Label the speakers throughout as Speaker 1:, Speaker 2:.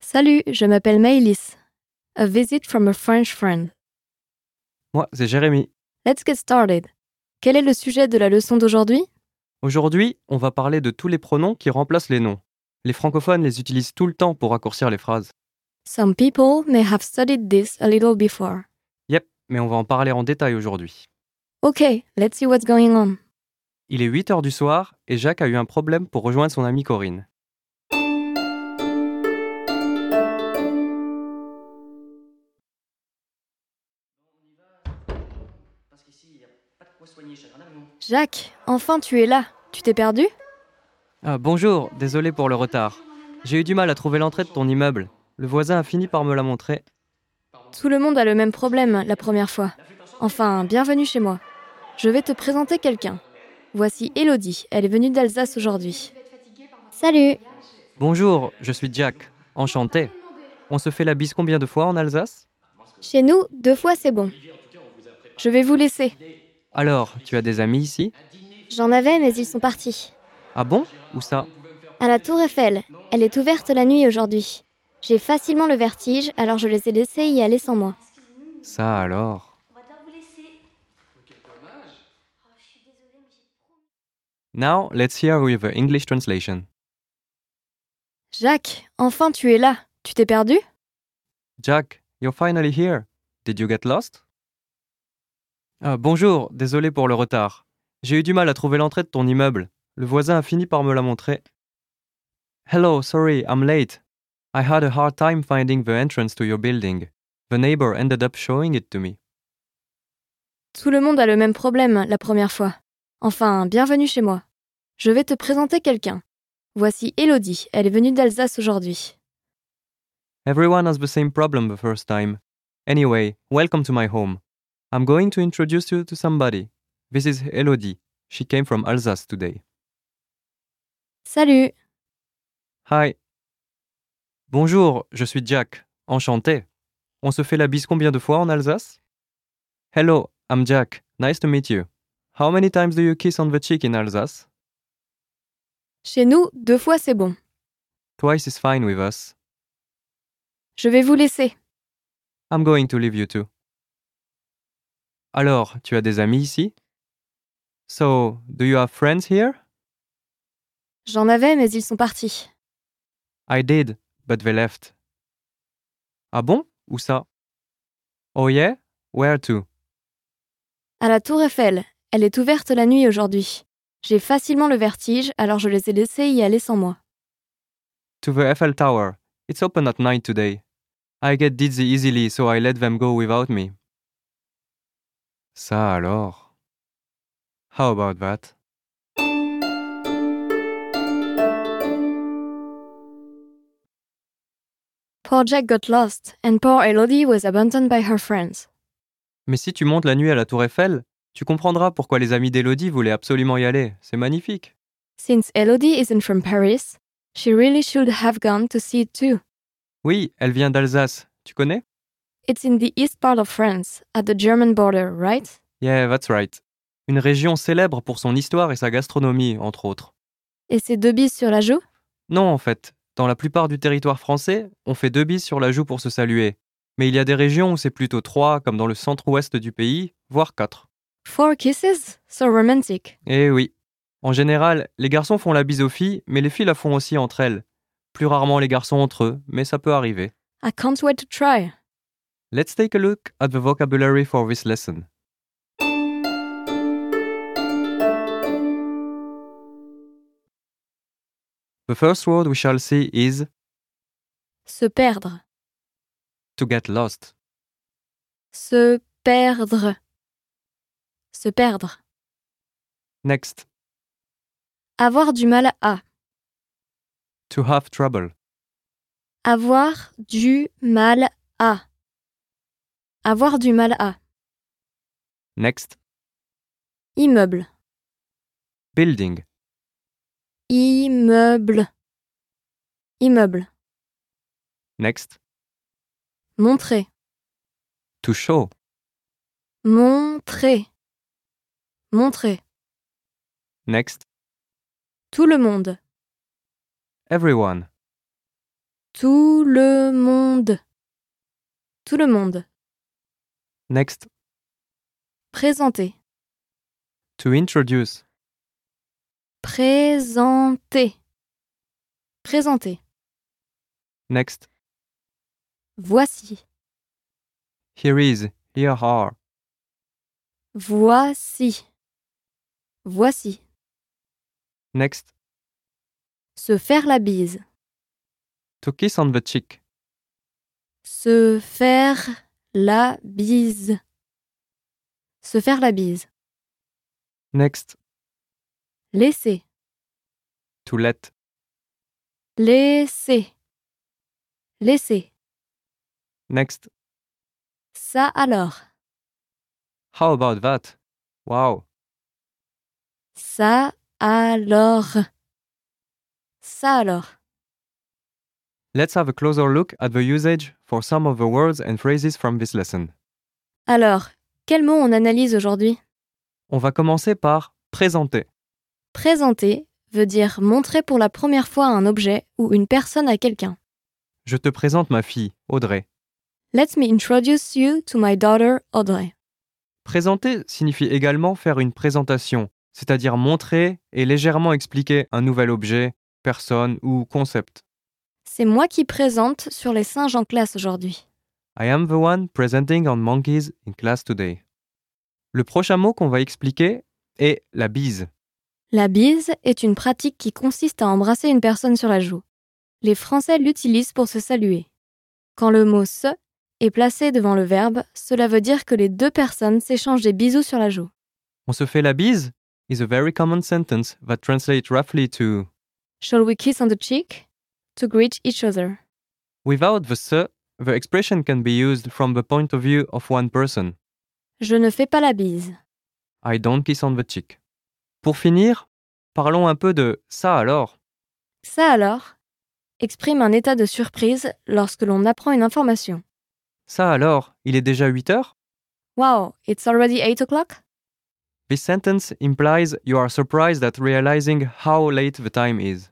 Speaker 1: Salut, je m'appelle Maëlys. A visit from a French friend.
Speaker 2: Moi, c'est Jérémy.
Speaker 1: Let's get started. Quel est le sujet de la leçon d'aujourd'hui
Speaker 2: Aujourd'hui, on va parler de tous les pronoms qui remplacent les noms. Les francophones les utilisent tout le temps pour raccourcir les phrases.
Speaker 1: Some people may have studied this a little before.
Speaker 2: Yep, mais on va en parler en détail aujourd'hui.
Speaker 1: Okay, let's see what's going on.
Speaker 2: Il est 8 heures du soir et Jacques a eu un problème pour rejoindre son amie Corinne.
Speaker 3: Parce qu'ici, il n'y a pas de quoi soigner chacun avion.
Speaker 1: Jacques, enfin tu es là. Tu t'es perdu
Speaker 2: Ah, bonjour, désolé pour le retard. J'ai eu du mal à trouver l'entrée de ton immeuble. Le voisin a fini par me la montrer.
Speaker 1: Tout le monde a le même problème la première fois. Enfin, bienvenue chez moi. Je vais te présenter quelqu'un. Voici Elodie, elle est venue d'Alsace aujourd'hui.
Speaker 4: Salut,
Speaker 2: Bonjour, je suis Jack. Enchanté. On se fait la bise combien de fois en Alsace
Speaker 1: Chez nous, deux fois c'est bon. Je vais vous laisser.
Speaker 2: Alors, tu as des amis ici
Speaker 4: j'en avais mais ils sont partis.
Speaker 2: Ah bon Où ça
Speaker 4: À la tour Eiffel, elle est ouverte la nuit aujourd'hui. J'ai facilement le vertige, alors je les ai laissés y aller sans moi.
Speaker 2: Ça alors. Now, let's hear with the English translation.
Speaker 1: Jacques, enfin tu es là. Tu t'es perdu
Speaker 2: Jack, you're finally here. Did you get lost? Ah, bonjour, désolé pour le retard. J'ai eu du mal à trouver l'entrée de ton immeuble. Le voisin a fini par me la montrer. Hello, sorry, I'm late. I had a hard time finding the entrance to your building. The neighbor ended up showing it to me.
Speaker 1: Tout le monde a le même problème la première fois. Enfin, bienvenue chez moi. Je vais te présenter quelqu'un. Voici Elodie, elle est venue d'Alsace aujourd'hui.
Speaker 2: Everyone has the same problem the first time. Anyway, welcome to my home. I'm going to introduce you to somebody. This is Elodie. She came from Alsace today.
Speaker 1: Salut
Speaker 2: Hi. Bonjour, je suis Jack. Enchanté. On se fait la bise combien de fois en Alsace? Hello, I'm Jack. Nice to meet you. How many times do you kiss on the cheek in Alsace?
Speaker 1: Chez nous, deux fois c'est bon.
Speaker 2: Twice is fine with us.
Speaker 1: Je vais vous laisser.
Speaker 2: I'm going to leave you too. Alors, tu as des amis ici? So, do you have friends here?
Speaker 1: J'en avais, mais ils sont partis.
Speaker 2: I did, but they left. Ah bon? Où ça? Oh yeah? Where to?
Speaker 1: À la tour Eiffel, elle est ouverte la nuit aujourd'hui. J'ai facilement le vertige, alors je les ai laissés y aller sans moi.
Speaker 2: To the Eiffel Tower. It's open at night today. I get dizzy easily, so I let them go without me. Ça alors. How about that?
Speaker 1: Poor Jack got lost, and poor Elodie was abandoned by her friends.
Speaker 2: Mais si tu montes la nuit à la Tour Eiffel, tu comprendras pourquoi les amis d'Elodie voulaient absolument y aller. C'est magnifique.
Speaker 1: Since Elodie isn't from Paris, she really should have gone to see it too.
Speaker 2: Oui, elle vient d'Alsace. Tu connais?
Speaker 1: It's in the east part of France, at the German border, right?
Speaker 2: Yeah, that's right. Une région célèbre pour son histoire et sa gastronomie, entre autres.
Speaker 1: Et ses deux bises sur la joue
Speaker 2: Non, en fait, dans la plupart du territoire français, on fait deux bises sur la joue pour se saluer. Mais il y a des régions où c'est plutôt trois, comme dans le centre-ouest du pays, voire quatre.
Speaker 1: Four kisses? So romantic.
Speaker 2: Eh oui. En général, les garçons font la bise aux filles, mais les filles la font aussi entre elles. Plus rarement les garçons entre eux, mais ça peut arriver.
Speaker 1: I can't wait to try.
Speaker 2: Let's take a look at the vocabulary for this lesson. The first word we shall see is
Speaker 1: Se perdre.
Speaker 2: to get lost.
Speaker 1: Se perdre. Se perdre.
Speaker 2: Next,
Speaker 1: Avoir du mal à.
Speaker 2: to have trouble.
Speaker 1: Avoir du mal à. Avoir du mal à.
Speaker 2: Next,
Speaker 1: Immeuble.
Speaker 2: building.
Speaker 1: Immeuble. Immeuble.
Speaker 2: Next,
Speaker 1: Montrer.
Speaker 2: to show.
Speaker 1: Montrer. Montrer.
Speaker 2: Next,
Speaker 1: Tout le monde.
Speaker 2: everyone.
Speaker 1: Tout le monde. Tout le monde.
Speaker 2: Next.
Speaker 1: Présenter.
Speaker 2: To introduce.
Speaker 1: Présenter. Présenter.
Speaker 2: Next.
Speaker 1: Voici.
Speaker 2: Here is. Here are.
Speaker 1: Voici. Voici.
Speaker 2: Next.
Speaker 1: Se faire la bise.
Speaker 2: To kiss on the cheek.
Speaker 1: Se faire la bise. Se faire la bise.
Speaker 2: Next.
Speaker 1: Laisser.
Speaker 2: To let.
Speaker 1: Laisser. Laisser.
Speaker 2: Next.
Speaker 1: Ça alors.
Speaker 2: How about that? Wow.
Speaker 1: Ça alors. Ça alors.
Speaker 2: Let's have a closer look at the usage for some of the words and phrases from this lesson.
Speaker 1: Alors, quel mot on analyse aujourd'hui
Speaker 2: On va commencer par présenter.
Speaker 1: Présenter veut dire montrer pour la première fois un objet ou une personne à quelqu'un.
Speaker 2: Je te présente ma fille, Audrey.
Speaker 1: Let me introduce you to my daughter Audrey.
Speaker 2: Présenter signifie également faire une présentation, c'est-à-dire montrer et légèrement expliquer un nouvel objet, personne ou concept.
Speaker 1: C'est moi qui présente sur les singes en classe aujourd'hui.
Speaker 2: I am the one presenting on monkeys in class today. Le prochain mot qu'on va expliquer est la bise.
Speaker 1: La bise est une pratique qui consiste à embrasser une personne sur la joue. Les Français l'utilisent pour se saluer. Quand le mot se est placé devant le verbe, cela veut dire que les deux personnes s'échangent des bisous sur la joue.
Speaker 2: On se fait la bise is a very common sentence that translates roughly to
Speaker 1: Shall we kiss on the cheek? To greet each other.
Speaker 2: without the se, the expression can be used from the point of view of one person.
Speaker 1: Je ne fais pas la bise.
Speaker 2: I don't kiss on the cheek. Pour finir, parlons un peu de ça alors.
Speaker 1: Ça alors exprime un état de surprise lorsque l'on apprend une information.
Speaker 2: Ça alors, il est déjà 8 heures?
Speaker 1: Wow, it's already 8 o'clock?
Speaker 2: This sentence implies you are surprised at realizing how late the time is.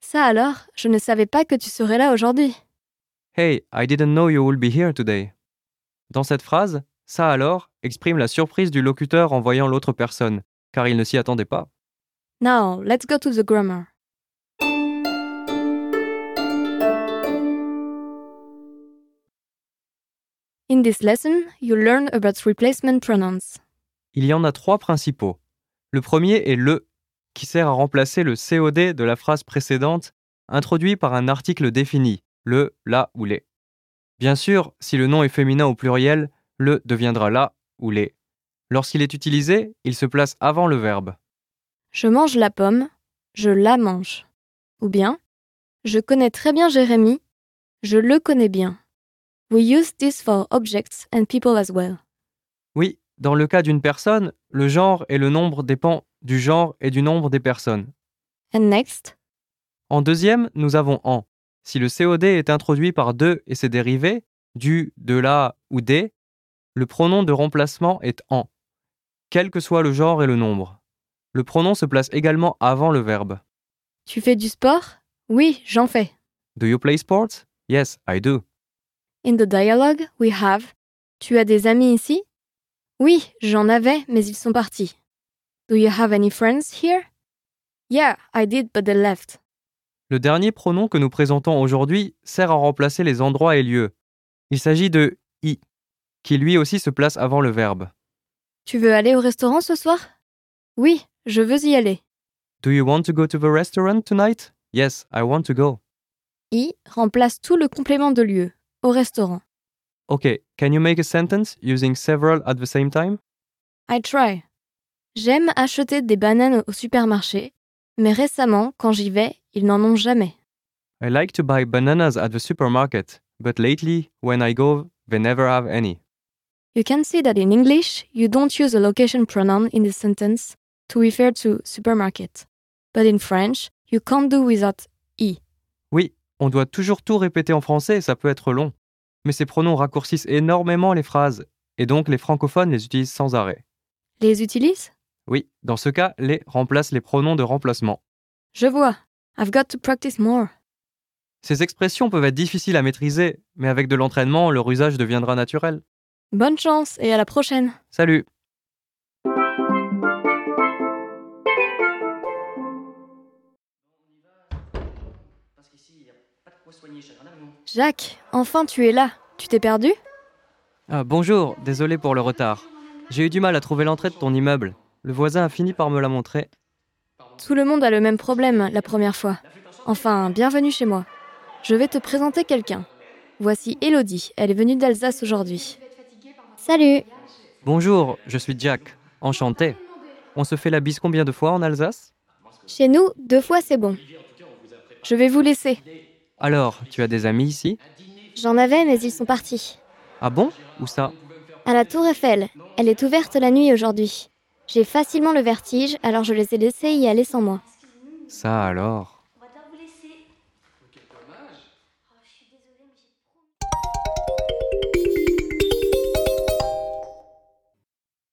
Speaker 1: Ça alors, je ne savais pas que tu serais là aujourd'hui.
Speaker 2: Hey, I didn't know you would be here today. Dans cette phrase, ça alors exprime la surprise du locuteur en voyant l'autre personne, car il ne s'y attendait pas.
Speaker 1: Now, let's go to the grammar. In this lesson, you learn about replacement pronouns.
Speaker 2: Il y en a trois principaux. Le premier est le, qui sert à remplacer le COD de la phrase précédente, introduit par un article défini, le, la ou les. Bien sûr, si le nom est féminin au pluriel, le deviendra la ou les. Lorsqu'il est utilisé, il se place avant le verbe.
Speaker 1: Je mange la pomme, je la mange. Ou bien, je connais très bien Jérémy, je le connais bien. We use this for objects and people as well.
Speaker 2: Oui, dans le cas d'une personne, le genre et le nombre dépend du genre et du nombre des personnes.
Speaker 1: And next,
Speaker 2: En deuxième, nous avons en. Si le COD est introduit par de et ses dérivés, du, de la ou des, le pronom de remplacement est en, quel que soit le genre et le nombre. Le pronom se place également avant le verbe.
Speaker 1: tu fais du sport Oui, j'en fais.
Speaker 2: Do you play sports? Yes, I do.
Speaker 1: In the dialogue, we have Tu as des amis ici Oui, j'en avais, mais ils sont partis. Do you have any friends here Yeah, I did, but they left.
Speaker 2: Le dernier pronom que nous présentons aujourd'hui sert à remplacer les endroits et lieux. Il s'agit de i, qui lui aussi se place avant le verbe.
Speaker 1: Tu veux aller au restaurant ce soir Oui, je veux y aller.
Speaker 2: Do you want to go to the restaurant tonight? Yes, I want to go.
Speaker 1: I remplace tout le complément de lieu, au restaurant.
Speaker 2: Okay, can you make a sentence using several at the same time?
Speaker 1: I try. J'aime acheter des bananes au supermarché, mais récemment, quand j'y vais, ils n'en ont jamais.
Speaker 2: I like to buy bananas at the supermarket, but lately, when I go, they never have any.
Speaker 1: You can see that in English, you don't use a location pronoun in this sentence to refer to supermarket. But in French, you can't do without
Speaker 2: On doit toujours tout répéter en français et ça peut être long. Mais ces pronoms raccourcissent énormément les phrases, et donc les francophones les utilisent sans arrêt.
Speaker 1: les utilise.
Speaker 2: Oui, dans ce cas, les remplacent les pronoms de remplacement.
Speaker 1: Je vois. I've got to practice more.
Speaker 2: Ces expressions peuvent être difficiles à maîtriser, mais avec de l'entraînement, leur usage deviendra naturel.
Speaker 1: Bonne chance et à la prochaine
Speaker 2: Salut
Speaker 3: Parce qu'ici, y a pas de quoi soigner chagrin d'amour.
Speaker 1: Jacques, enfin tu es là. Tu t'es perdu
Speaker 2: Ah, bonjour, désolé pour le retard. J'ai eu du mal à trouver l'entrée de ton immeuble. Le voisin a fini par me la montrer.
Speaker 1: Tout le monde a le même problème la première fois. Enfin, bienvenue chez moi. Je vais te présenter quelqu'un. Voici Elodie, elle est venue d'Alsace aujourd'hui.
Speaker 4: Salut
Speaker 2: Bonjour, je suis Jack. Enchanté. On se fait la bise combien de fois en Alsace
Speaker 4: Chez nous, deux fois c'est bon.
Speaker 1: Je vais vous laisser.
Speaker 2: Alors, tu as des amis ici
Speaker 4: J'en avais, mais ils sont partis.
Speaker 2: Ah bon Où ça
Speaker 4: À la Tour Eiffel, elle est ouverte la nuit aujourd'hui. J'ai facilement le vertige, alors je les ai laissés y aller sans moi.
Speaker 2: Ça alors